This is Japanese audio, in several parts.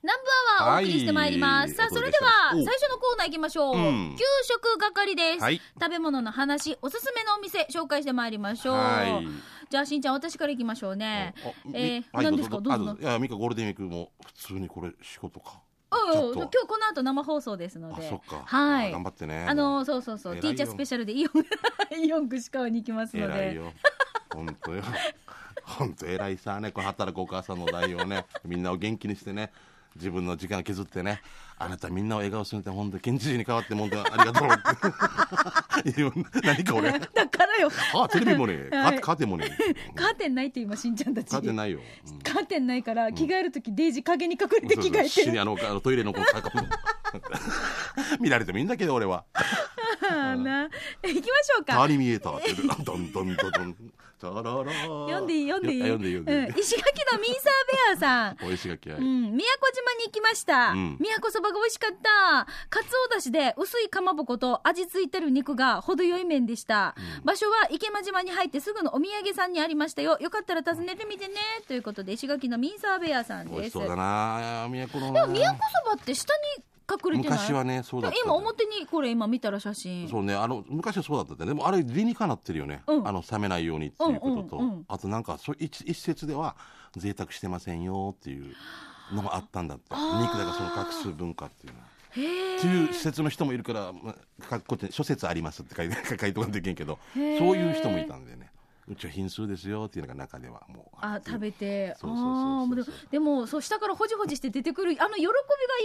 ナンバーはお送りしてまいります。はさいあ、それでは、お最初のコーナー行きましょう。うん給食係です、はい食べ物の話、おすすめのお店、紹介してまいりましょう。はいじゃあ、しんちゃん、私から行きましょうね。あみえーはい何ですかどうぞどうぞあいやミカゴールデンウィークも普通にこれ仕事かおいちおょいっと今日この後生放送ですのあで。そっかはいあ頑張ってねあのそうそうそう、偉いよティーチャースペシャルでイオン、 イオン串川に行きますの偉いで。よ本当よ 本当偉いさねこの働くお母さんの代表ねみんなを元気にしてね自分の時間削ってねあなたみんなを笑顔するって本当に県知事に代わって本当にありがとうって いや何か 俺だからよ、あテレビもねはいカカーテンもねカーテンないって今、しんちゃんたち。カーテンい。ないよ、うんカーテンないから、着替えるとき、デイジ影に隠れて着替えそうてそうる死に。あの あのトイレのこのカカ見られてもいいんだけど俺はあー な。え行きましょうか。何見えたってどんどんどんどんチャララ読んでいい読んでいい読んでいい読んうでいん、石垣のミーサーベアさん いおいしがきうん、宮古島に行きました、うん宮古そばが美味しかったかつおだしで薄いかまぼこと味付いてる肉が程よい麺でした、場所は池間島に入ってすぐのお土産さんにありましたよよかったら訪ねてみてねということで石垣のミーサーベアさん美味でしすそうだな宮古のでも宮古そばって下に隠れてない昔はねそうだった今表にこれ今見たら写真そうねあの昔はそうだったんだよねでもあれ理にかなってるよね、うんあの冷めないようにっていうことと、うんうんうんあとなんかそう一一説では贅沢してませんよっていうのもあったんだってあー肉だからその隠す文化っていうのは。へえっていう施設の人もいるから、まあかこっちに諸説ありますって書 いて書いとかんといけんけどそうへーいう人もいたんでねうちは品数ですよっていうのが中ではもうあ食べてあそうそうそうそうあーでもでもそう下からほじほじして出てくるあの喜びが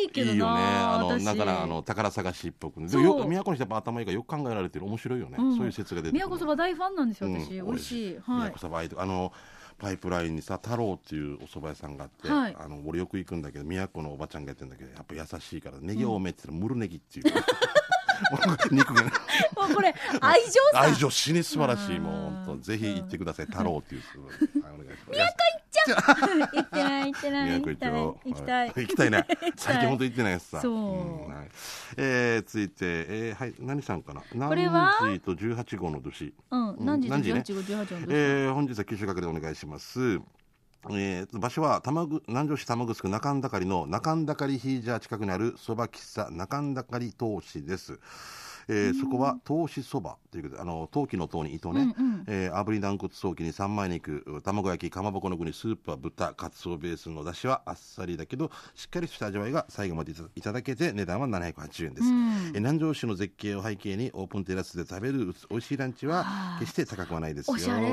いいけどないいよねあの私だからあの宝探しっぽくねでそうもよ宮古の人やっぱ頭いいからよく考えられてる面白いよね、うんそういう説が出てく宮る古そば大ファンなんですようん私、美味しい宮はい古そばあいとあのパイプラインにさ太郎っていうお蕎麦屋さんがあって、はいあの俺よく行くんだけど宮古のおばちゃんがやってるんだけどやっぱ優しいからネギ多めって言ったらムル ネギっていう、 肉がねもうこれ愛情さ愛情死に素晴らしいもうあー本当ぜひ行ってください太郎っていうすごいはいお願いします 行ってない行ってない宮行古きたい行行きたい行きたいね最近本当行ってないやつさそうんはいえー続いてえーはい何さんかなこれは何時と18号の年うん何時と何時ね18号18号えー本日は九州係でお願いします。えー場所は玉ぐ南城市玉城区中んだかりの中んだかりヒージャー近くにあるそば喫茶中んだかり投資です。えーそこは投資そばということで、あの陶器の陶に糸ね、うんうんえー炙り軟骨早期に三枚肉、卵焼き、かまぼこの具にスープは豚、かつおベースの出汁はあっさりだけど、しっかりした味わいが最後までいたいただけて、値段は780円です。うんえー南城市の絶景を背景にオープンテラスで食べるうつ美味しいランチは決して高くはないですよ。おしゃれ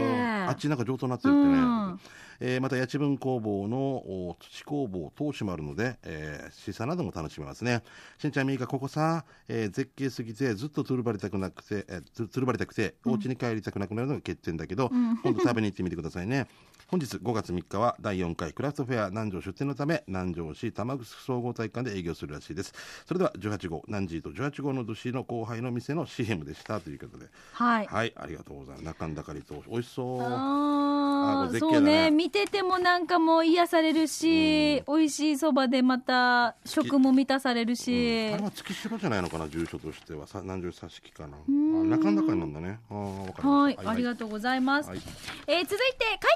あっちなんか上等になってるってね。うんえーまた八千文工房のお土工房投資もあるので、えー、試作なども楽しめますね。しんちゃんみーかここさ、えー絶景すぎてずっとつるばりたくなくて、えーつつるばりたくてお家に帰りたくなくなるのが欠点だけど、今度食べに行ってみてくださいね。本日5月3日は第4回クラフトフェア南城出店のため南城市玉城総合体育館で営業するらしいですそれでは18号南寺と18号の年の後輩の店の CM でしたということではいはいありがとうございます中んだかりと美味しそうああこーれ絶そ景うだねね見ててもなんかもう癒されるし、美味しいそばでまた食も満たされるし、あれは月島じゃないのかな住所としてはさ南城佐敷かなあ中んだかりなんだねあーわかりはましいた、ありがとうございます。はいえー続いて、帰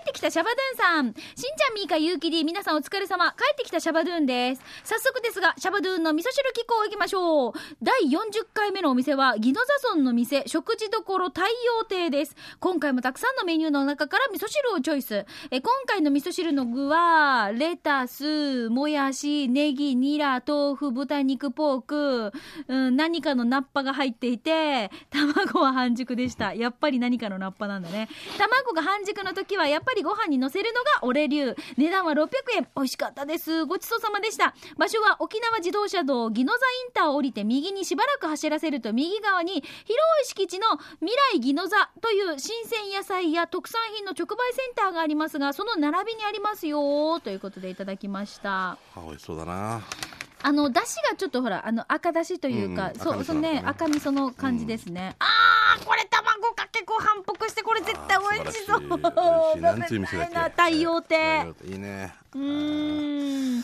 ってきたシャバドゥンさん。しんちゃん、みーか、ゆうきり、皆さんお疲れ様。帰ってきたシャバドゥンです。早速ですが、シャバドゥンの味噌汁機構行きましょう。第40回目のお店は、ギノザ村の店、食事処太陽亭です。今回もたくさんのメニューの中から味噌汁をチョイス。えー今回の味噌汁の具は、レタス、もやし、ネギ、ニラ、豆腐、豚肉、ポーク、うん、何かのナッパが入っていて、卵は半熟でした。やっぱり何かのナッパなんだね。卵が半熟の時は、やっぱりご飯に乗せるのが俺流。値段は600円。美味しかったです。ごちそうさまでした。場所は沖縄自動車道、宜野座インターを降りて右にしばらく走らせると右側に、広い敷地の未来宜野座という新鮮野菜や特産品の直売センターがありますが、その並びにありますよ。ということでいただきました。あ美味しそうだなあの出汁がちょっとほらあの赤出汁というか、うんそう赤味噌そうねなんか赤ね味噌の感じですね、あーこれ卵かけご飯っぽくしてこれ絶対美味しそうあー素晴らしい美味しいなんていう店だっ食べたけいな太陽亭太陽亭いいねうーんあ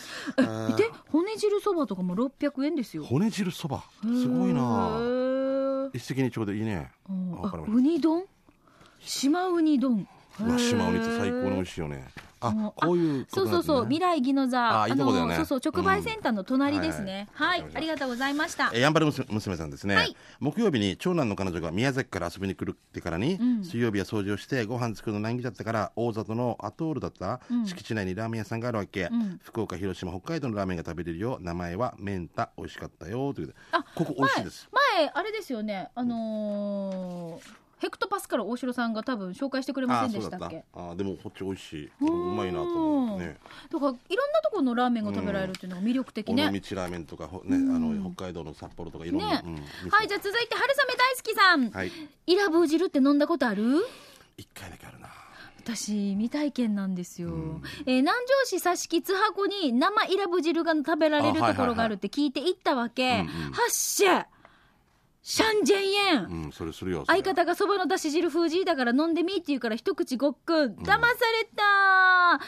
ーえで骨汁そばとかも600円ですよ骨汁そばすごいへなー一石二鳥でいいねうんわかありましたウニ丼島ウニ丼うわ島ウニってへー最高に美味しいよねあも、こういうこそとうなんそうですねそう、未来ギノザ、あいいとこだよねそうそう、直売センターの隣ですね。うんははいい、ありがとうございましたえ。ーやんばる娘娘さんですね、はい木曜日に長男の彼女が宮崎から遊びに来るってからに、うん水曜日は掃除をしてご飯作るの難儀だったから大里のアトールだったうん敷地内にラーメン屋さんがあるわけ、ん福岡広島北海道のラーメンが食べれるよ名前はメンタ美味しかったよということであここ美味しいです、前、あれですよね、あのーヘクトパスカル大城さんが多分紹介してくれまあせあんでしそうだたったっけあーでもこっち美味しいううんまいなと思うねとか、いろんなところのラーメンが食べられるっていうのが魅力的尾ね。道ラーメンとか、ほね、あの北海道の札幌とかいろんな、ねうん店はい、じゃあ続いて、春雨大好きさん。はいイラブー汁って飲んだことある一回だけあるな私未体験なんですよ、えー南城市佐敷津箱に生イラブ汁が食べられるあはいはいはいところがあるって聞いて行ったわけ、うんうはんっしゃシャンジェンエン、うんそれするよそれ相方がそばのだし汁風じいだから飲んでみって言うから一口ごっくん騙された、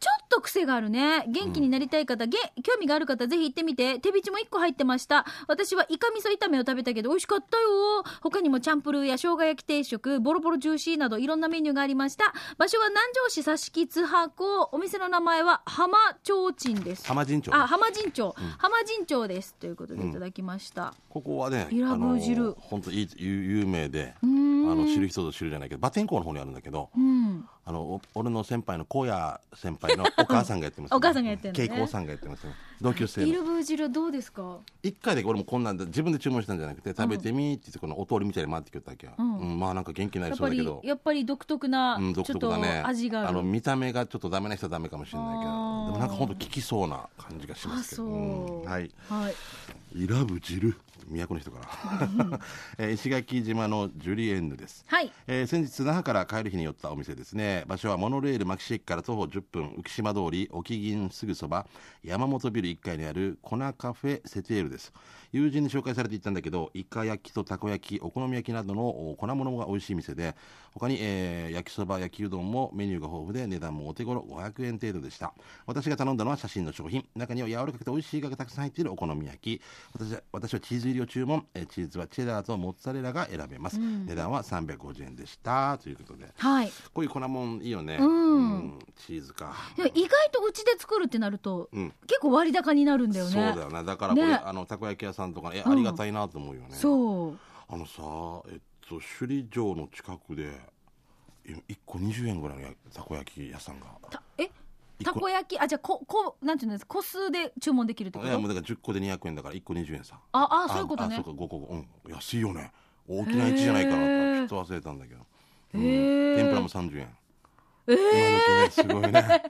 ちょっと癖があるね元気になりたい方、げ興味がある方ぜひ行ってみて手びちも1個入ってました私はイカ味噌炒めを食べたけど美味しかったよ他にもチャンプルーや生姜焼き定食ボロボロジューシーなどいろんなメニューがありました場所は南城市佐敷津箱お店の名前は浜提灯です浜神町あ浜神町、浜神町ですということでいただきました、ここはね、イラブー汁あの本当いい有有名で、あんの知る人ぞ知るじゃないけど、バテン港の方にあるんだけど、うんあのお俺の先輩の高野先 輩のお母さんがやってます、お母さんがやってんのね慶光さんがやってます、ね。同級生イラの。ブー汁はどうですか一回で俺もこんなんで自分で注文したんじゃなくて食べてみーって言ってこのお通りみたいに回ってきよったわけや。うんんまあなんか元気になやっりそぱうだけりど。やっぱり独特な、うん、独ちょっ特とだね。味があるの見た目がちょっとダメな人はダメかもしれないけど、あでーもなんか本当効きそうな感じがしまあすけど。そう、んはい。はいイラブ汁都の人から、 えー石垣島のジュリエンヌです、はいえー先日那覇から帰る日に寄ったお店ですね場所はモノレール牧師駅から徒歩10分浮島通り沖銀すぐそば山本ビル1階にある粉カフェセテールです友人に紹介されて行ったんだけどイカ焼きとたこ焼きお好み焼きなどのお粉物が美味しい店で他に、えー焼きそば焼きうどんもメニューが豊富で値段もお手頃500円程度でした私が頼んだのは写真の商品中には柔らかくて美味しいイカがたくさん入っているお好み焼き私は私はチーズ入りを注文えーチーズはチェダーとモッツァレラが選べます、値段は350円でしたということではいこういう粉もんいいよねうんうチーズかでも意外とうちで作るってなると、うん結構割高になるんだよねそうだよねだからこれ、ねあのたこ焼き屋さんとかえんありがたいなと思うよね、そうあのさえっと首里城の近くで1個20円ぐらいのやたこ焼き屋さんがたえ一た個こ焼きあじゃあここなんていうんです個数で注文できるってこいやもうとだから10個で200円だから1個20円さああそういうことあねそうか5個うん安いよね大きな1じゃないかなちょっと忘れたんだけど、うんへー天ぷらも30円ええすごいね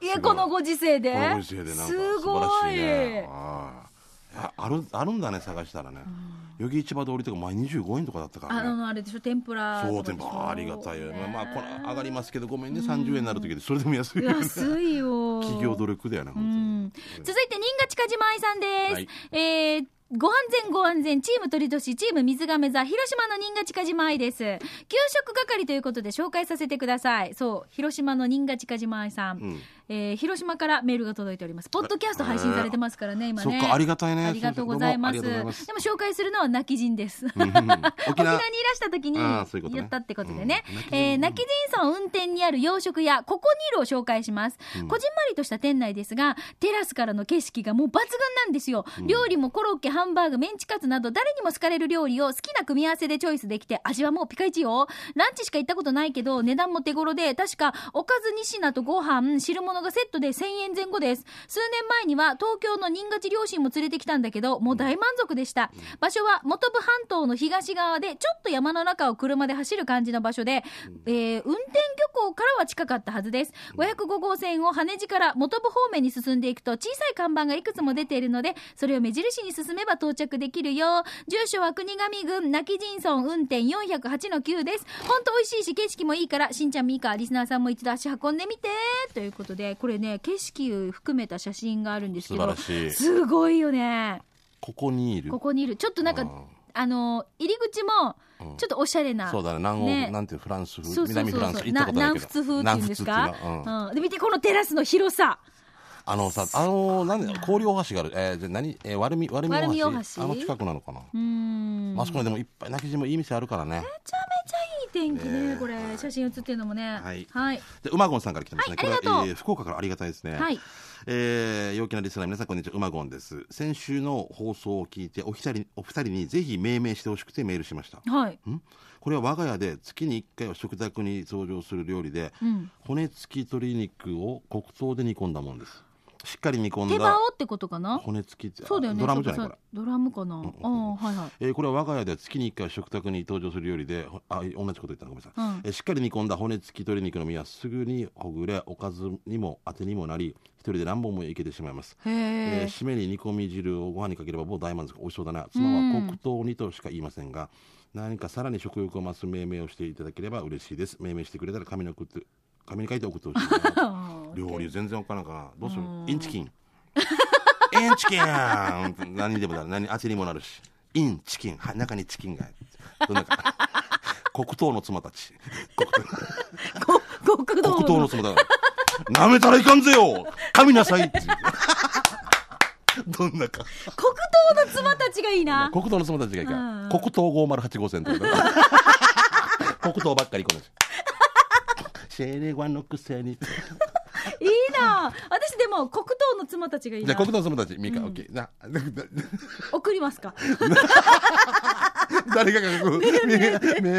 いやこのご時世でこのご時世でなんかす素ご晴らしいいねあああるあるんだね探したらね余木市場通りとか前25円とかだったかあらねのあれでしょ天ぷらそうとかで天しぷょらありがたいよ、ね、まあこれ上がりますけどごめんね30円になる時でそれでも安いよね安いよ 企業努力だよねう本ん続いて、新賀近島愛さんです。はいえーご安全ご安全、チーム鳥年、チーム水亀座、広島の新賀近島愛です。給食係ということで紹介させてください。そう、広島の新賀近島愛さん。んえー広島からメールが届いております。ポッドキャスト配信されてますからね、今当に、ね。そっかありがたいねありがとうございます。どうもありがとうございでも紹介するのは泣き人です。 沖ますうん沖縄にいら縄した時にあーそういうことね言ったってことでねうん泣き。人えー泣き人村運転にある洋食屋、ココニールを紹介します。こじんまりとした店内ですが、テラスからの景色がもう抜群なんですよ。料理もコロッケ、ハンバーグ、メンチカツなど誰にも好かれる料理を好きな組み合わせでチョイスできて、味はもうピカイチよ。ランチしか行ったことないけど、値段も手頃で、確かおかず2品とご飯、汁物がセットで1000円前後です。数年前には東京の新勝両親も連れてきたんだけど、もう大満足でした。場所は本部半島の東側で、ちょっと山の中を車で走る感じの場所で、えー運転漁港からは近かったはずです。505号線を羽地から本部方面に進んでいくと小さい看板がいくつも出ているので、それを目印に進めば到着できるよ。住所は国神郡泣き人村運転408の9です。ほんと美味しいし、景色もいいから、しんちゃんみーか、リスナーさんも一度足運んでみて。ということで、これね、景色含めた写真があるんですけ素晴どら、しいすごいよね。ここにいるここにいる。ちょっとなんか、うあの、入り口も、ちょっとおしゃれな。そうだね南欧、ねなんていうフランス風そうそうそう南フそラうンス行ったなことないけ南ど仏風っていうんです南仏っていうのはうんか、うん、で見てこのテラスの広さあのさあのなんで氷大橋があるえー、じゃあ何、えー、割るみ割るみ大橋割るみ大橋あの近くなのかなうーんあそこにでもいっぱい泣き地もいい店あるからねめちゃめちゃいい天気ねねこれ写真写ってるのもねはいはいで、うまごんさんから来てますね。はいありがとうこれは、えー福岡からありがたいですね。はいえー陽気なリスナーの皆さん、こんにちは。うまごんです。先週の放送を聞いて、お二人、お二人にぜひ命名してほしくてメールしました。はいんこれは我が家で月に1回は食卓に登場する料理で、うん骨付き鶏肉を黒糖で煮込んだもんです。しっかり煮込手んだ羽をってことかな骨付きって、あそうだよねドラムじゃないそうか。からそうドラムかなあうんあはいはいえーこれは我が家では月に1回食卓に登場する料理でほあ同じこと言ったのごめんなさい、うんえーしっかり煮込んだ骨付き鶏肉の身はすぐにほぐれおかずにもあてにもなり一人で何本もいけてしまいます、へえー え締めに煮込み汁をご飯にかければもう大満足美味しそうだな妻は黒糖にとしか言いませんが、何かさらに食欲を増す命名をしていただければ嬉しいです命名してくれたら紙に送って紙に書いて送ってほしいな 料理全然わからんからどうするうんインチキンインチキン何にでもなる何当てにもなるしインチキンはい中にチキンがどんなか黒糖の妻たち黒糖こ極道黒糖の妻だなめたらいかんぜよ噛みなさいっていうどんなか黒糖の妻たちがい いな。黒糖の妻たちがいいかうんら黒糖508号線ってこと黒糖ばっかりこのシェレワのくせにいいな。私でも黒糖の妻たちがいいじゃなあ。黒糖の妻たちミカ、オッケーな 送りますか。誰が書く命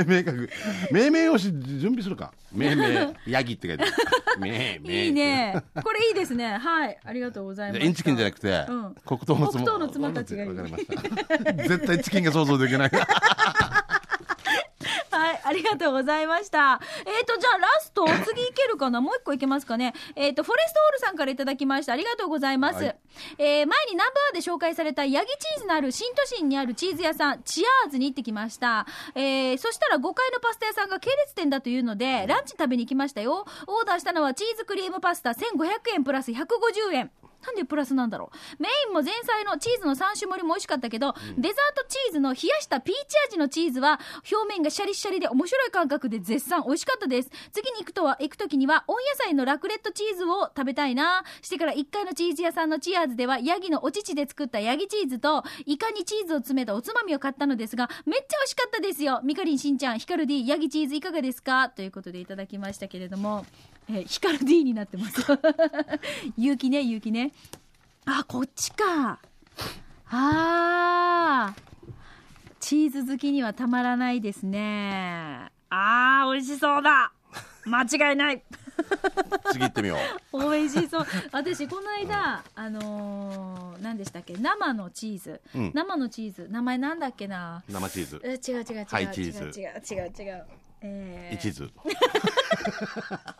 名書く命名をし準備するか命名ヤギって書いてある命名いいね。これいいですね。はい、ありがとうございじまゃす。あインチキンじゃなくて、うん黒糖の妻黒糖の妻たちがいいわかりました絶対チキンが想像 できないはい、ありがとうございました。えっ、と、じゃあラスト、次いけるかなもう一個いけますかね。えっ、と、フォレストオールさんからいただきました。ありがとうございます。はいえー前にナンバーで紹介されたヤギチーズのある新都心にあるチーズ屋さん、チアーズに行ってきました。えーそしたら5階のパスタ屋さんが系列店だというので、ランチ食べに行きましたよ。オーダーしたのはチーズクリームパスタ1500円プラス150円。なんでプラスなんだろうメインも前菜のチーズの3種盛りも美味しかったけど、デザートチーズの冷やしたピーチ味のチーズは表面がシャリシャリで面白い感覚で絶賛美味しかったです次に行くとは行く時には温野菜のラクレットチーズを食べたいなしてから1階のチーズ屋さんのチアーズではヤギのお乳で作ったヤギチーズとイカにチーズを詰めたおつまみを買ったのですがめっちゃ美味しかったですよみかりんしんちゃんヒカルディヤギチーズいかがですかということでいただきましたけれども、えーヒカルディになってます 勇気ね勇気ねあこっちかあーチーズ好きにはたまらないですねあー美味しそうだ間違いない次行ってみよう 美味しそう私この間あのー、何でしたっけ生のチーズ、うん生のチーズ名前なんだっけな生チーズえ違う違う違う、ハイチ違う違ーズう違う違うえ一ー、途わさ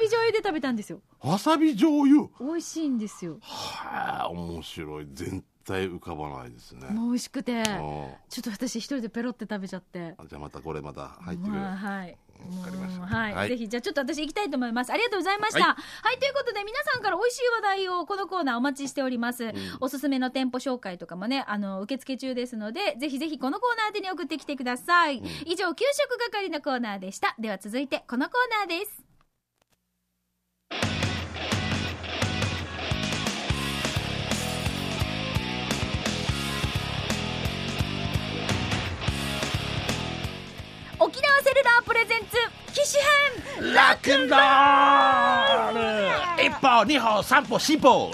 び醤油で食べたんですよわさび醤油美味しいんですよはあ面白い全体浮かばないですねもう美味しくてうんちょっと私一人でペロって食べちゃってじゃあまたこれまた入ってくるまあ、はい。わかりましたもうはい、はいぜひじゃあちょっと私行きたいと思いますありがとうございましたはい、ということで皆さんから美味しい話題をこのコーナーお待ちしております、おすすめの店舗紹介とかもねあの受付中ですのでぜひぜひこのコーナー宛てに送ってきてください、以上給食係のコーナーでしたでは続いてこのコーナーです沖縄セルラープレゼンツ機種編 ラクンロール一歩二歩三歩四歩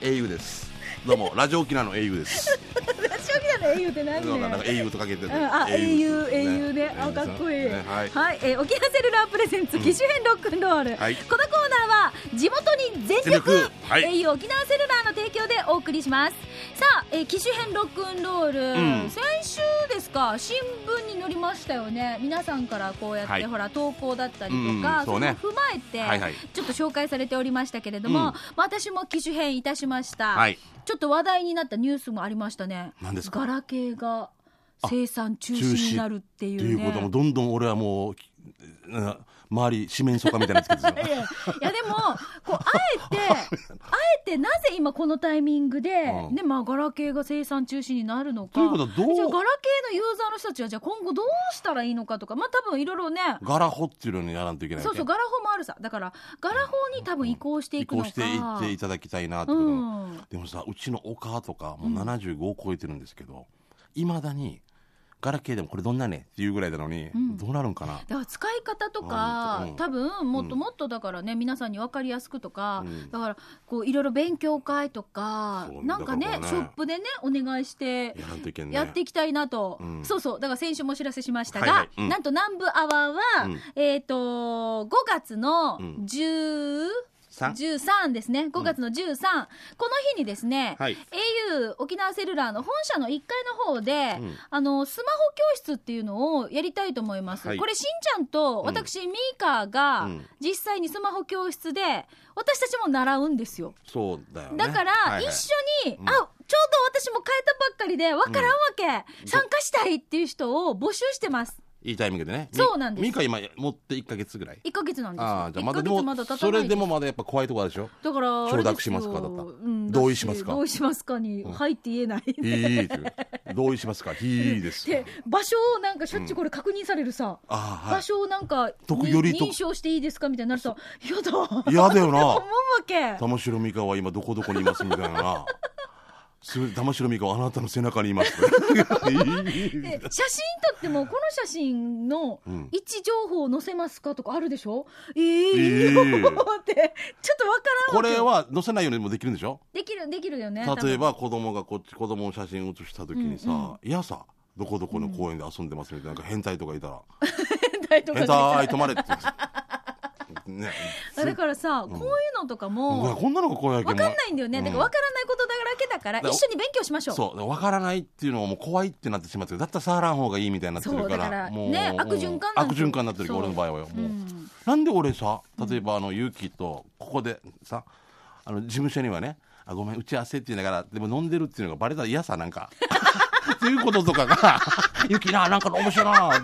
英雄ですどうもラジオ沖縄の英雄です私沖縄の英雄って何なんかなんか英雄とかけてるうんあ英雄英雄ねねあかっこいい、ねは、はいいえー沖縄セルラープレゼンツ機種編ロックンロール、はいこのコーナーは地元に全全力力はい英雄沖縄セルラーの提供でお送りしますさあ、えー、機種編ロックンロール、うん先週ですか新聞に載りましたよね皆さんからこうやって、はいほら投稿だったりうんうとんか、そうねれを踏まえて、はいはいちょっと紹介されておりましたけれども、うんまあ私も機種編いたしました、はいちょっと話題になったニュースもありましたね何ですかガラケーが生産中止になるっていとういうね。こともどんどん俺はもううん周り四面楚歌みたいになってき てるいやいやでもこうあ えてあえてなぜ今このタイミングで、うんでまあガラケーが生産中止になるのかということはどうじゃあガラケーのユーザーの人たちはじゃあ今後どうしたらいいのかとかまあ多分いろいろねガラホっていうのにやらんといけないわそうけそうガラ法もあるさだからガラ法に多分移行してい移くの行かしていっていただきたいなってうことなのんでもさうちのお母とかもう75を超えてるんですけど、いまだにガラケーでもこれどんなねっていうぐらいなのに、うんどうなるんかなだから使い方とか、うん多分もっともっとだからね、皆さんに分かりやすくとか、うんだからこういろいろ勉強会とか、そうなんかねだからねショップでねお願いしてやらんといけんねやっていきたいなと、うんそうそうだから先週もお知らせしましたが、はいはいうんなんと南部アワーは、うんえっ、と5月のうん10、さん13ですね5月の13、この日にですね、はい au 沖縄セルラーの本社の1階の方で、うんあのスマホ教室っていうのをやりたいと思います、はいこれしんちゃんとうん私、ミーカーがうん実際にスマホ教室で私たちも習うんですよそうだよねだから、はいはい一緒に、うんあちょうど私も変えたばっかりでわからんわけ、参加したいっていう人を募集してますいいタイミングでねみそうなんですみか今持って1か月ぐらい1ヶ月なんですよああじゃあ1まヶだで月もまだ経たないそれでももまだやっぱ怖いとこあるでし ょだからあれ承諾ですしよますかだったらうん同意しますかだ同意しますかに、うんはいって言えないいいという同意しますか いいですで場所をなんかしょっちゅうこれ確認されるさ、ああは場所をなんか、特により特認証していいですかみたいになると嫌だい嫌だよ思うなわけ玉城美香は今どこどこにいますみたいななすみません玉城美香はあなたの背中にいます で写真撮ってもこの写真のうん位置情報を載せますかとかあるでしょ、ええええー、ってちょっとわからんこわけれよは載せないようにもできるんでしょできるできるよね例えば子供がこっち子供の写真写した時にさ、うんいやさどこどこの公園で遊んでますみたいななんか変態とかいたら変態「とかね変態止まれ」って。 ね、あだからさ、こういうのとかうわもこんなのが怖いわけわかんないんだよね、うんだからわからないことだらけだからだ一緒に勉強しましょうそうわからないっていうのはもう怖いってなってしまってるだったら触らん方がいいみたいになってるからそうだからもうねもう悪循環なん悪ですよ循環になってるかそうら俺の場合はよもう、うんなんで俺さ例えばあのユキとここでさあの事務所にはねあごめん打ち合わせって言いながらでも飲んでるっていうのがバレたら嫌さなんか っていうこととかが 「ユキななんか面白いな」っ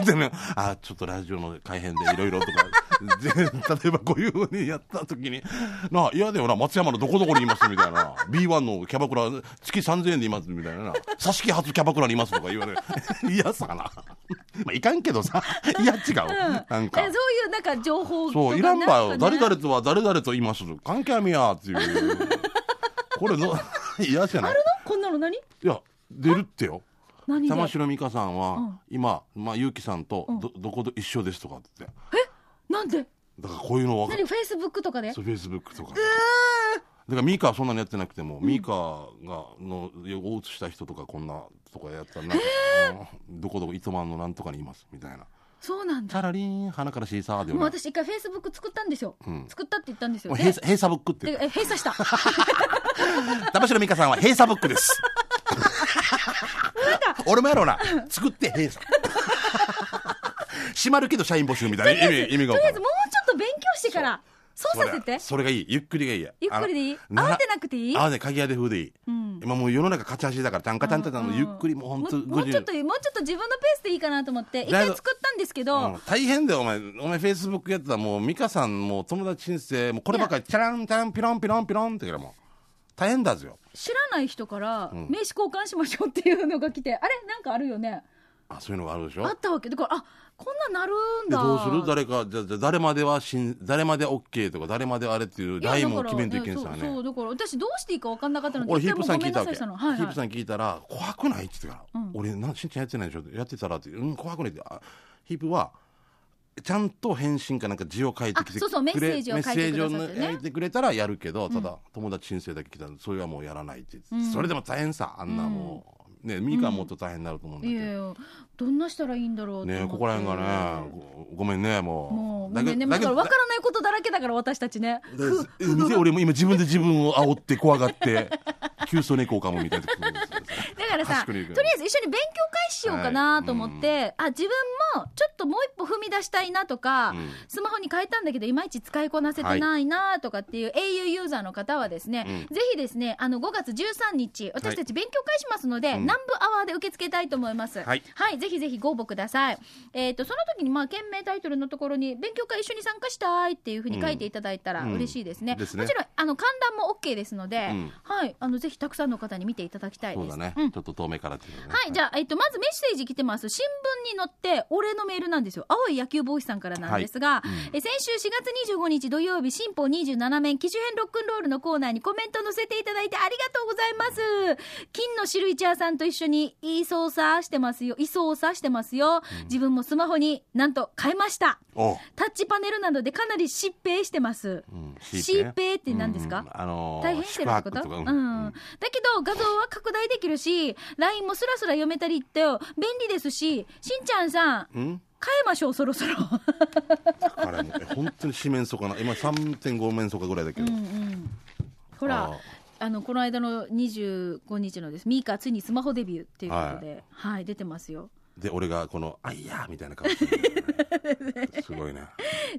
てでも「あちょっとラジオの改編でいろいろ」とか で例えばこういうふうにやった時に「なあ嫌だよな松山のどこどこにいます」みたいな「B1 のキャバクラ月30円でいます」みたいな「挿し木初キャバクラにいます」とか言われる 嫌さかなまあいかんけどさいや違う、なんかえそういうなんか情報とかそう、いらんばよ。なか誰ね々とは誰々と言います。関係あみやっていう。 これの、 嫌じゃないこんなの何いや、出るってよ。何で玉城美香さんは、うん今、まあ、ゆうきさんとど、どこど一緒ですとかって。なんでだからこういうの分か何る。フェイスブックとかでそう、フェイスブックとか。だからミカはそんなにやってなくても、ミカがのを写した人とかこんなとかやったらなんか、うんどこどこ糸満のなんとかにいますみたいなそうなん「チだャラリン花からシーサー」でもうも、私一回フェイスブック作ったんですよ、うん作ったって言ったんですよもうで閉鎖閉鎖ブックってでえ閉 鎖したなん玉城美香さんは閉鎖ブッ クです。俺もやろうな。作って閉鎖。閉まるけど社員募集みたいな意味意味がとり分あかえずるもうちょっと勉強してからそうさせてそれがいい。ゆっくりがいいや。ゆっくりでいいあのな慌てなくていいああね、鍵屋で風でいい。うん今もう世の中勝ち走りだから、タンカタンタタンのゆっくり、もう本当もうもうちょっともうちょっと自分のペースでいいかなと思って一だい回ぶ作ったんですけど、うん大変だよ、お前。お前、フェイスブックやってたら、もう、美香さん、もう、友達申請、もう、こればっかり、チャラン、チャラン、ピロン、ピロン、ピロンって言うから、もう、大変だぜよ。知らない人からん名刺交換しましょうっていうのが来て、あれなんかあるよねあ、そういうのがあるでしょあったわけだからあこんなんなるんでだどうする誰かじゃあじゃあ誰まではしん誰まで OK とか誰まであれっていういやラインもだか決らめんといけんそさうそうねだから私どうしていいか分かんなかったので俺ヒ一ー回プもさんごめ聞んいたなわさいけヒしたのはい、ーはプいさん聞いたら怖くないって言ってから、うん俺なんしんちゃんやってないでしょやってたらってうん怖くないってあヒープはちゃんと返信かなんか字を書いてきてあそうそうメッセージを書いてくださってねメッセージを書いてくれたらやるけどただ、友達申請だけ来たらそれはもうやらないって言って、うんそれでも大変さあんなもう、ねミカはもっと大変になると思うんだいけど、やいやどんなしたらいいんだろうと思ってねここら辺がねごごめんねももううだごけめんねだからだ分けからないことだらけだから私たちねだから見て俺も今自分で自分を煽って怖がって急須猫かもみたいなだからさ確とかりあにえず一緒に勉強会しようかなと思って、あ自分もちょっともう一歩踏み出したいなとか、うんスマホに変えたんだけどいまいち使いこなせてないなとかっていう au ユーザーの方はですね、うんぜひですねあの5月13日私たち勉強会しますので、うん南部アワーで受け付けたいと思いますはいぜひぜひご応募くださいえっ、とその時にまあ件名タイトルのところに勉強会一緒に参加したいっていうふうに書いていただいたらうん嬉しいですね,、ですねもちろんあの観覧も OK ですので、うんはいあのぜひたくさんの方に見ていただきたいそうでだすねね、うんちょっと遠目からっていうのねはい、じゃあ、えっと、まずメッセージ来てます。新聞に載って、お礼のメールなんですよ。青い野球帽子さんからなんですが、いうんえ先週4月25日土曜日、新報27面、機種編ロックンロールのコーナーにコメント載せていただいてありがとうございます。金のシルイチャーさんと一緒に、いい操作してますよ。いい操作してますよ。自分もスマホになんと変えました。おう、タッチパネルなどでかなり疾病してます。うん、疾病って何ですかうんあのー大変ってなこと宿泊とかうん、だけど画像は拡大できるし LINE もスラスラ読めたりって便利ですししんちゃんさんうんうん変えましょうそろそろあれもう本当に四面楚かな今3.5面楚かぐらいだけうんど、うん ほらああのこの間の25日のですミーカーついにスマホデビューっていうことで、はい出てますよーで俺がこの「あいやー」みたいな顔してる すごいな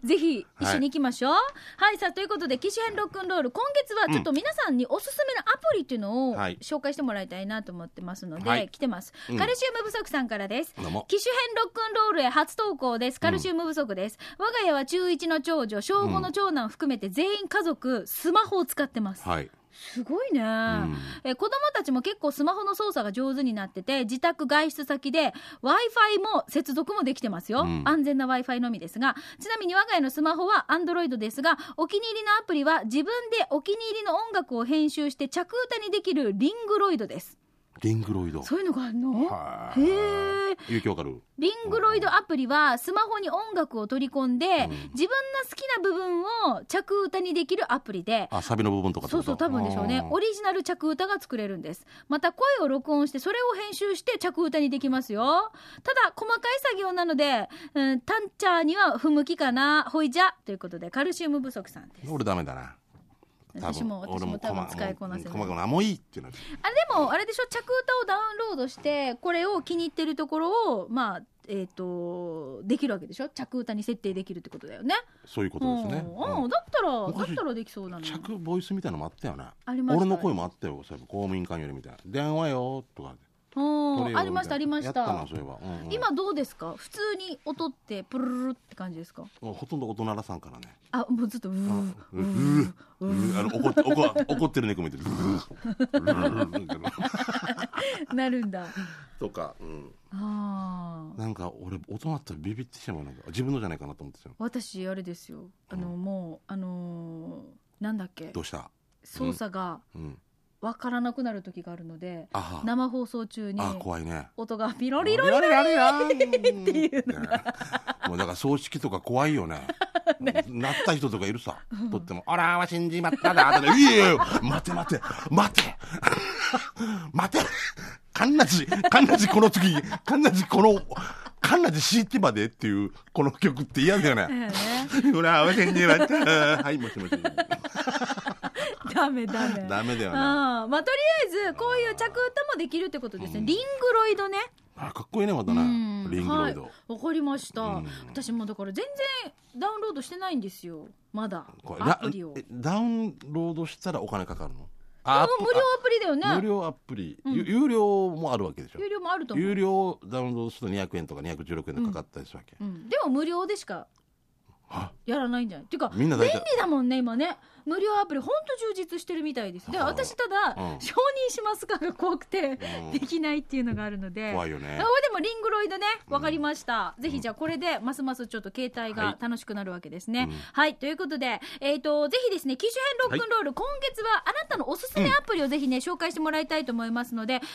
ぜひ一緒に行きましょうはい、さあということで機種編ロックンロール今月はちょっと皆さんにおすすめのアプリっていうのをはい紹介してもらいたいなと思ってますので、はい来てます、うんカルシウム不足さんからですど うも機種編ロックンロールへ初投稿です。カルシウム不足です。我が家は中1の長女、小5の長男を含めて全員家族、スマホを使ってます。はい、すごいね。んえ子供たちも結構スマホの操作が上手になってて、自宅外出先で Wi-Fi も接続もできてますよ。うん安全な Wi-Fi のみですが、ちなみに我が家のスマホは Android ですが、お気に入りのアプリは自分でお気に入りの音楽を編集して着歌にできるリングロイドです。リングロイドそういうのがあるのはへーー勇気わかるリングロイドアプリはスマホに音楽を取り込んで、ん自分の好きな部分を着歌にできるアプリで、あサビの部分とかってそこうとそう多分でしょうねあーオリジナル着歌が作れるんですまた声を録音してそれを編集して着歌にできますよただ細かい作業なので、うん、タンチャーには不向きかなほいじゃということでカルシウム不足さんです俺ダメだな多分私も私も多分俺使いこなせもなうい細かくなもういいってなるあでもあれでしょ着歌をダウンロードしてこれを気に入ってるところをまあえっ、とできるわけでしょ着歌に設定できるってことだよねそういうことですうん、ね、ううんんだったらだ昔ったらできそうなのに着ボイスみたいなのもあったよねありました俺の声もあったよそういえば公務員官よりみたいな電話よとかうん取れよみたいなありましたありましやったたなそういえば、うんうん今どうですか普通に音ってプルルルって感じですかもうほとんど大人らさんからねあもうずっとうーうううあの怒って怒怒ってる猫見てるなるんだとか、うん、あーなんか俺大人だったらビビってしまうなんか自分のじゃないかなと思ってたよ私あれですよあの、うもうあのーなんだっけどうした、操作がうん、わからなくなる時があるので、あは生放送中にあ怖いね音がピロリロリロリロリっていうのがもうだから葬式とか怖い よねなった人とかいるさ、とっても「あらは死んじまっただ」って「いやいやいや待て待て待て 待てかんなじかんなじこの時かんなじこのかんなじ敷いてまで」っていうこの曲って嫌だよねね「あらは死んじまった」はいもしもしダメダメ ダメだよねあーまあとりあえずこういう着歌もできるってことですね、リングロイドねあかっこいいねまたねうんリングロイド、はい、わかりました、うん私もだから全然ダウンロードしてないんですよまだこれアラプリをえダウンロードしたらお金かかるのああアップ無料アプリだよね無料アプリ、ゆ有料もあるわけでしょ有料もあると思う有料ダウンロードすると200円とか216円とかかかったりするわけ、うん、でも無料でしかはやらないんじゃないっていうかみんな便大利体だもんね今ね無料アプリほんと充実してるみたいですではあ私ただ、うん承認しますかが怖くて、うんできないっていうのがあるので怖いよねあでもリングロイドねわかりました、ぜひじゃあこれでますますちょっと携帯はがい楽しくなるわけですね、うんはいということで、えー、とぜひですね機種編ロックンロール、今月はあなたのおすすめアプリをぜひね、紹介してもらいたいと思いますのでど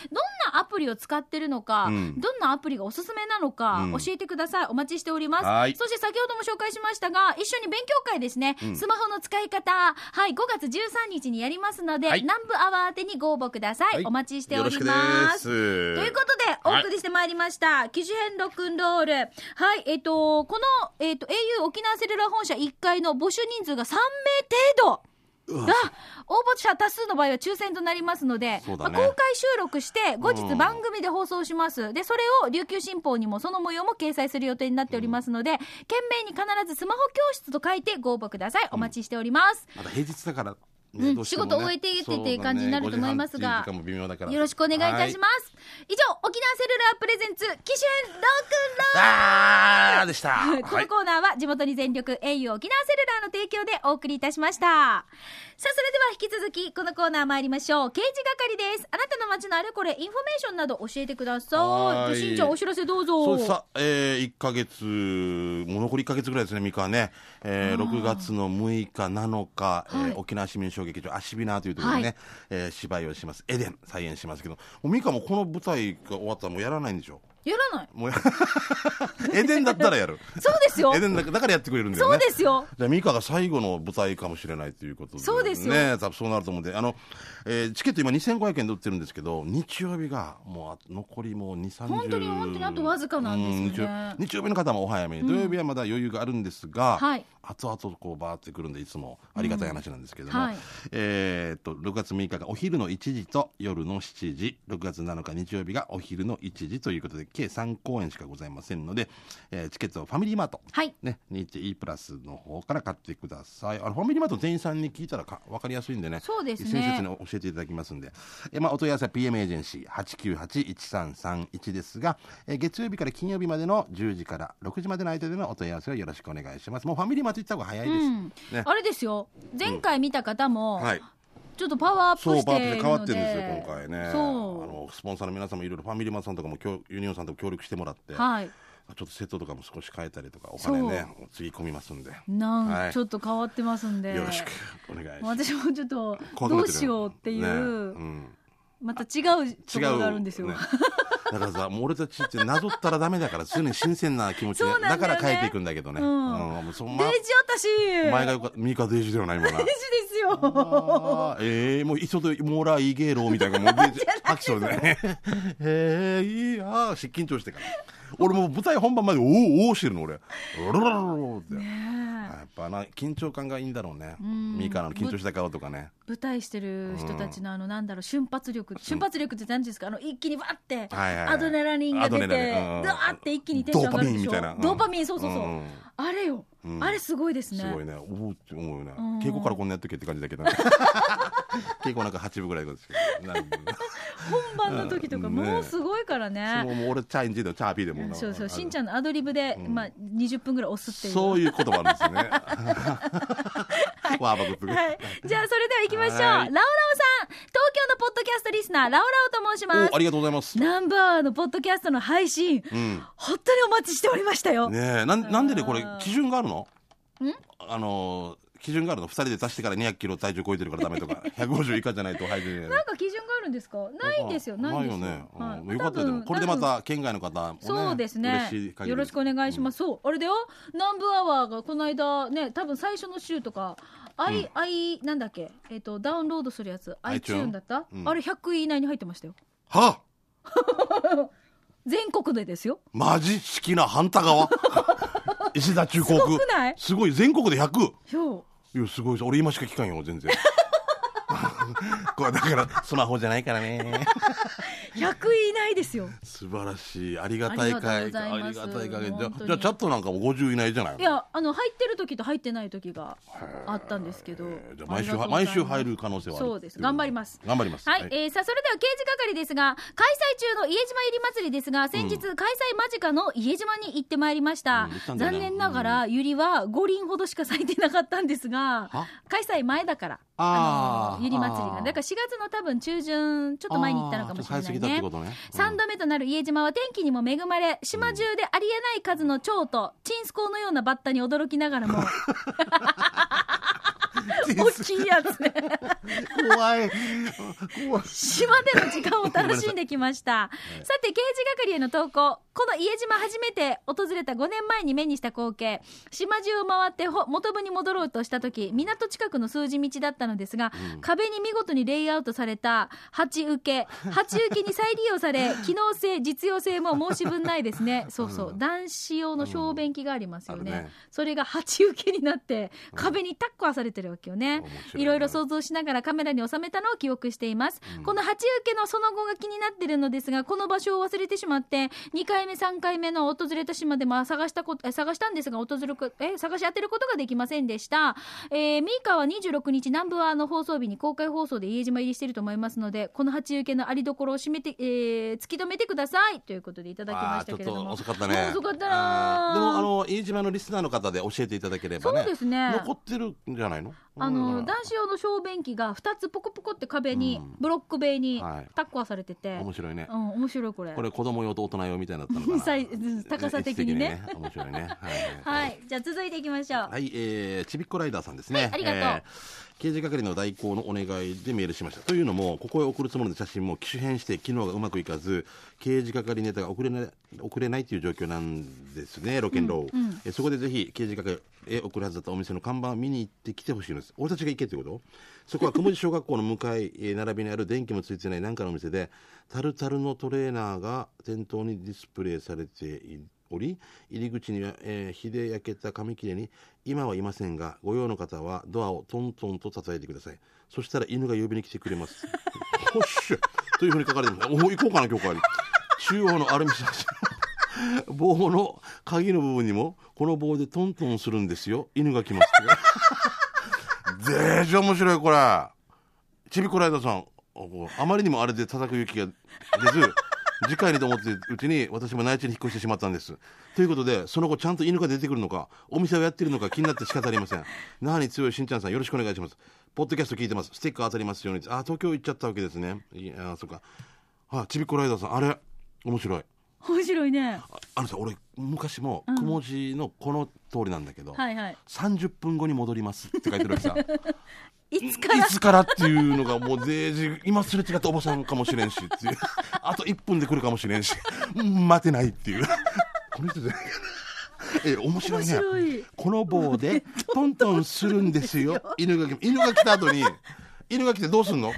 んなアプリを使ってるのか、うんどんなアプリがおすすめなのか、うん教えてくださいお待ちしておりますはいそして先ほども紹介しましたが一緒に勉強会ですね、スマホの使い方はい5月13日にやりますので、はい南部アワー宛てにご応募ください、はいお待ちしておりますすということで、お送りしてまいりました、機種編ロックンロール。はい、えっ、と、この、えっ、と、au 沖縄セルラー本社1階の募集人数が3名程度。が応募者多数の場合は抽選となりますので、そうまあ、だね公開収録して後日うん番組で放送します、でそれを琉球新報にもその模様も掲載する予定になっておりますので、懸命に必ずスマホ教室と書いてご応募くださいお待ちしております、また平日だからねうんどしてもね仕事終えてっていう感じになると思いますがそうだね5時半っていう時間も微妙だからよろしくお願いいたしはます。以上、沖縄セルラープレゼンツ、機種編ロックンロールあーでした。 こはのい。コーナーは地元に全力 au 沖縄セルラーの提供でお送りいたしましたさあそれでは引き続きこのコーナー参りましょう刑事係ですあなたの街のあれこれインフォメーションなど教えてくださはいいじゃあしんちゃんお知らせどうぞそうですさ、えー、1ヶ月、もう残り1ヶ月ぐらいですね、ミカはね、えー、6月の6日、7日、えーはい沖縄市民小劇場、アシビナーというところでね、はいえー芝居をします、エデン、再演しますけど、もうミカもこの舞台が終わったらもうやらないんでしょやらないもうや エデンだったらやる。そうですよエデンだだからやってくれるんだよそね。うですよじゃあ、ミカが最後の舞台かもしれないということで、そうですよね、多分そうなると思うんで、あの、えーチケット今2500円で売ってるんですけど、日曜日がもうあ残りもう2、30本当に本当にあとわずかなんですよねうん日曜日日曜日の方もお早めに、土曜日はまだ余裕があるんですが、はい後々こうバーってくるんで、いつもありがたい話なんですけども、うんはいえーっと、6月6日がお昼の1時と夜の7時、6月7日日曜日がお昼の1時ということで、計3公演しかございませんので、えーチケットはファミリーマート。はいね、21プラスの方から買ってください。あのファミリーマートの店員さんに聞いたらか分かりやすいんでね、そうですね親切に教えていただきますんで、えまあ、お問い合わせは PM エージェンシー898-1331ですが、え月曜日から金曜日までの10時から6時までの間でのお問い合わせをよろしくお願いします。もうファミリーマート行った方が早いです。うんね、あれですよ前回見た方も、はい。ちょっとパワーアップそう、しバーてプるのでで変わってるんですよ、今回ね。あその、スポンサーの皆さんもいろいろファミリーマートさんとかも、協ユニオンさんとも協力してもらっうて、ちょはいっとセットとかも少し変えたりとか、お金ね、つぎ込みますんで。なん、はいちょっと変わってますんでよろしくお願いします。私もちょっと怖どくなうてくるしようっていう、ねまた違うとうこん、違ろうがあるんです よ。ねだからさもう俺たちってなぞったらダメだから常に新鮮な気持ちでそうなんだよだねから変えていくんだけどね、ううんんもうそデイんジ私ま前がデよかったミカデイジだよな今イなジですよあーええもういっそとモーラーイゲーローみたいなもうデイジ吐きそうでねええいいやーし緊張してから俺もう舞台本番までおおおおしてるの俺ロロロロロって、ねえやっぱな緊張感がいいんだろうねんミカの緊張した顔とかね舞台してる人たちのあのなんだろう瞬発力瞬発力って何ですかあの一気にわってはいはいはいアドレナリンが出てアドドワレナリンうんうんーって一気にテンション上がるでしょドーパミンみたいなうんドーパミンそうそうそううんうんあれようんあれすごいですねすごいね、おおって思うよね、うん稽古からこんなやっとけって感じだ けど、稽古なんか8分ぐらいなんですけど、なるほどね本番の時とかうんねえもうすごいからそねのもう俺、チャインジのチャーピーでもな、そうそうしんちゃんゃんのアドリブでまあ20分ぐらい押すっていうそういうこともあるんですよね、 わーばくつはい。じゃあ、それでは行きましょう。ラオラオさん、東京のポッドキャストリスナー、ラオラオと申しまおあす。りがとうございます。ナンバーワンのポッドキャストの配信、うん、本当にお待ちしておりましたよ。ねえなんなんでね、これうん、基準があるのあのー基準があるの、2人で出してから200キロ体重超えてるからダメとか、150以下じ ゃないと配信なんか基準があるんですかないですよ、ないんですよ。よね、はいうんよかったよでもこれでま。多分た県外の方も、ね、そうですね嬉しい限りですよろしくお願いします。そう、あれだよ、南部アワーがこの間ね、多分最初の週とか、i、i、なんだっけ、えっ、と、ダウンロードするやつ、 iTune iTune だった、うんあれ100位以内に入ってましたよ。はっ全国でですよ。マジ好きな反 対側石田中航すご空くないすごい全国で100そう。いやすごいです俺今しか聞かんよ全然 これだからスマホじゃないか らね100位以内ですよ。素晴らしいありがたいあ会りがとうございあまりすがたい会じゃ本当にじゃあチャットなんかも50以内じゃないのいやあの入ってる時と入ってない時があったんですけどえーじゃあ毎週ありがとうござい毎ます週入る可能性はあるそうです頑張ります頑張りますはい、えーさあそれでは刑事係ですが開催中の家島ゆり祭りですが先日開催間近の家島に行ってまいりました,、うん行ったんだよ残ね念ながら、ゆりは5輪ほどしか咲いてなかったんですがは開催前だからああーのゆり祭りがあーだから4月の多分中旬ちょっと前に行ったのかもしれないね3度目となる家島は天気にも恵まれ島中でありえない数の蝶とチンスコウのようなバッタに驚きながら も大きいやつね怖い怖い島での時間を楽しんできま したさて刑事係への投稿この家島初めて訪れた5年前に目にした光景島中を回ってほ元部に戻ろうとした時港近くの数字道だったのですが、壁に見事にレイアウトされた鉢受け鉢受けに再利用さ れ機能性実用性も申し分ないですねそうそう、男子用の小便器がありますよね,、うんあるねそれが鉢受けになって壁にタッコはされてるわけよね面白いねいろいろ想像しながらカメラに収めたのを記憶しています、この鉢受けのその後が気になってるのですがこの場所を忘れてしまって2回回目3回目の訪れた島でも探したこえ探したんですが訪れるこえ探し当てることができませんでした、えー、ミーカは26日南部はの放送日に公開放送で家島入りしていると思いますのでこの八受けのありどころを締めて、えー突き止めてくださいということでいただきまあしたーけちょっれどとも遅かったね。遅かったなあーでも、あの、飯島のリスナーの方で教えていただければね。そうですね残ってるんじゃないのあの、うん男子用の小便器が2つポコポコって壁に、うんブロック塀にはいタッコはされてて、面白いねう。ん、面白いこれこれ子供用と大人用みたいになったのかな。サイズ高 さ的にね位置的面白いね。はい。はいじゃあ続いていきましょう、はい、えー、ちびっこライダーさんですね。はいありがとうー刑事係の代行のお願いでメールしました。というのも、ここへ送るつもりの写真も機種変して、機能がうまくいかず、刑事係ネタが送れない、送れないという状況なんですね、ロケンロー。うんうんえーそこでぜひ、刑事係へ送るはずだったお店の看板を見に行ってきてほしいのです。俺たちが行けってことそこは久保寺小学校の向かい、えー並びにある電気もついてないなんかのお店で、タルタルのトレーナーが店頭にディスプレイされている。おり入り口には、えー火で焼けた紙切れに今はいませんがご用の方はドアをトントンと叩いてくださいそしたら犬が呼びに来てくれます ほっしゅというふうに書かれてますお行こうかな今日から中央のアルミサッシ棒の鍵の部分にもこの棒でトントンするんですよ犬が来ますぜーじ面白いこれちびこライダーさんおあまりにもあれで叩く勇気が出ず次回にと思っているうちに私も内地に引っ越してしまったんですということでその後ちゃんと犬が出てくるのかお店をやってるのか気になって仕方ありません那覇に強いしんちゃんさんよろしくお願いしますポッドキャスト聞いてますステッカー当たりますようにあ東京行っちゃったわけですねいやあそうかあちびっこライダーさんあれ面白い面白いねああのさ俺昔もうん雲字のこの通りなんだけど、はいはい30分後に戻りますって書いてるわ けさいつからいつからっていうのがもうデージ今すれ違ったおばさんかもしれんしっていう あと1分で来るかもしれんしうん待てないっていうこの人じゃないかなえ面白い面ね白いこの棒 でトントンするんですよ犬が来犬が来た後に犬が来てどうすんの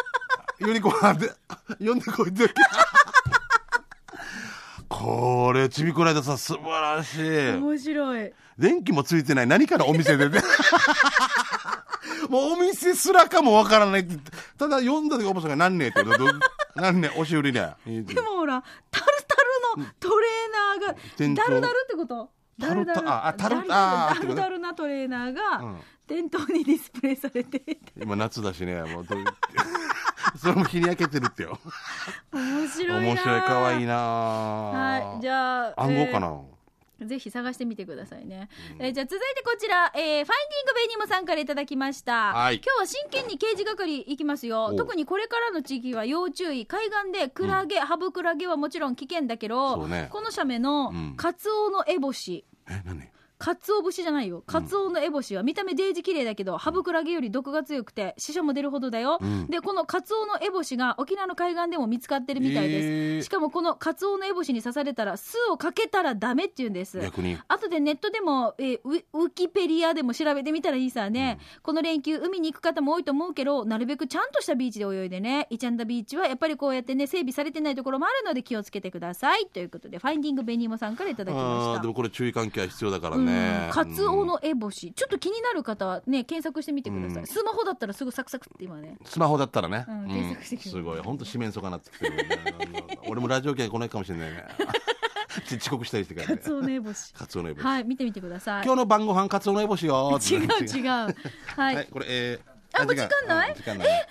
ユニコーンで 呼んでこいって これちびこライダーさん素晴らしい面白い電気もついてない何からお店 でねもうお店すらかもわからないって言ってただ呼んだ時おばさんが何ねえって言うのど何ねえ押し売りねえでもほらタルタルのトレーナ店ー頭がダルダルってことタルタああタルダルあダーってルことねダルなトレーナーうがん店頭にディスプレイされてて今夏だしねもうどう それも日に焼けてるってよ面白いな面白い可愛いなはいじゃゃあ暗号かな、ぜひ探してみてくださいね。えーじゃあ続いてこちら、えーファインディングベイにも参加からいただきました。はい今日は真剣に刑事係行きますよお。特にこれからの地域は要注意。海岸でクラゲ、ハブクラゲはもちろん危険だけそど、うねこの写メのうんカツオのエボシ。え何カツオ節じゃないよ。カツオのエボシは見た目デージ綺麗だけど、ハブクラゲより毒が強くて死者も出るほどだよ。うんで、このカツオのエボシが沖縄の海岸でも見つかってるみたいです。えーしかもこのカツオのエボシに刺されたら巣をかけたらダメって言うんです。逆に後でネットでも、えーウィウィキペリアでも調べてみたらいいさね、この連休海に行く方も多いと思うけどなるべくちゃんとしたビーチで泳いでねイチャンダビーチはやっぱりこうやってね整備されてないところもあるので気をつけてくださいということでファインディングベニーモさんからいただきまあしーたでもこれ注意喚起は必要だからうねん、カツオのエボシちょっと気になる方はね検索してみてください、うんスマホだったらすぐサクサクって今ね スマホだったらね、うんうん検索してくれるすごい本当四面楚歌になってきてる、ね、俺もラジオ系来ないかもし れないねち遅刻したりしてからカねツオのエボシカツオのエボシ、はい見てみてください今日の晩ご飯カツオのエボシよ違う 違うは、はいいこれえーあもう時間ないうん時間ないあもっ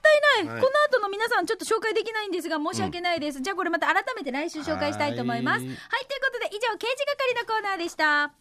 たいない、はいこの後の皆さんちょっと紹介できないんですが申し訳ないです、じゃあこれまた改めて来週紹介したいと思いますははいいということで以上刑事係のコーナーでした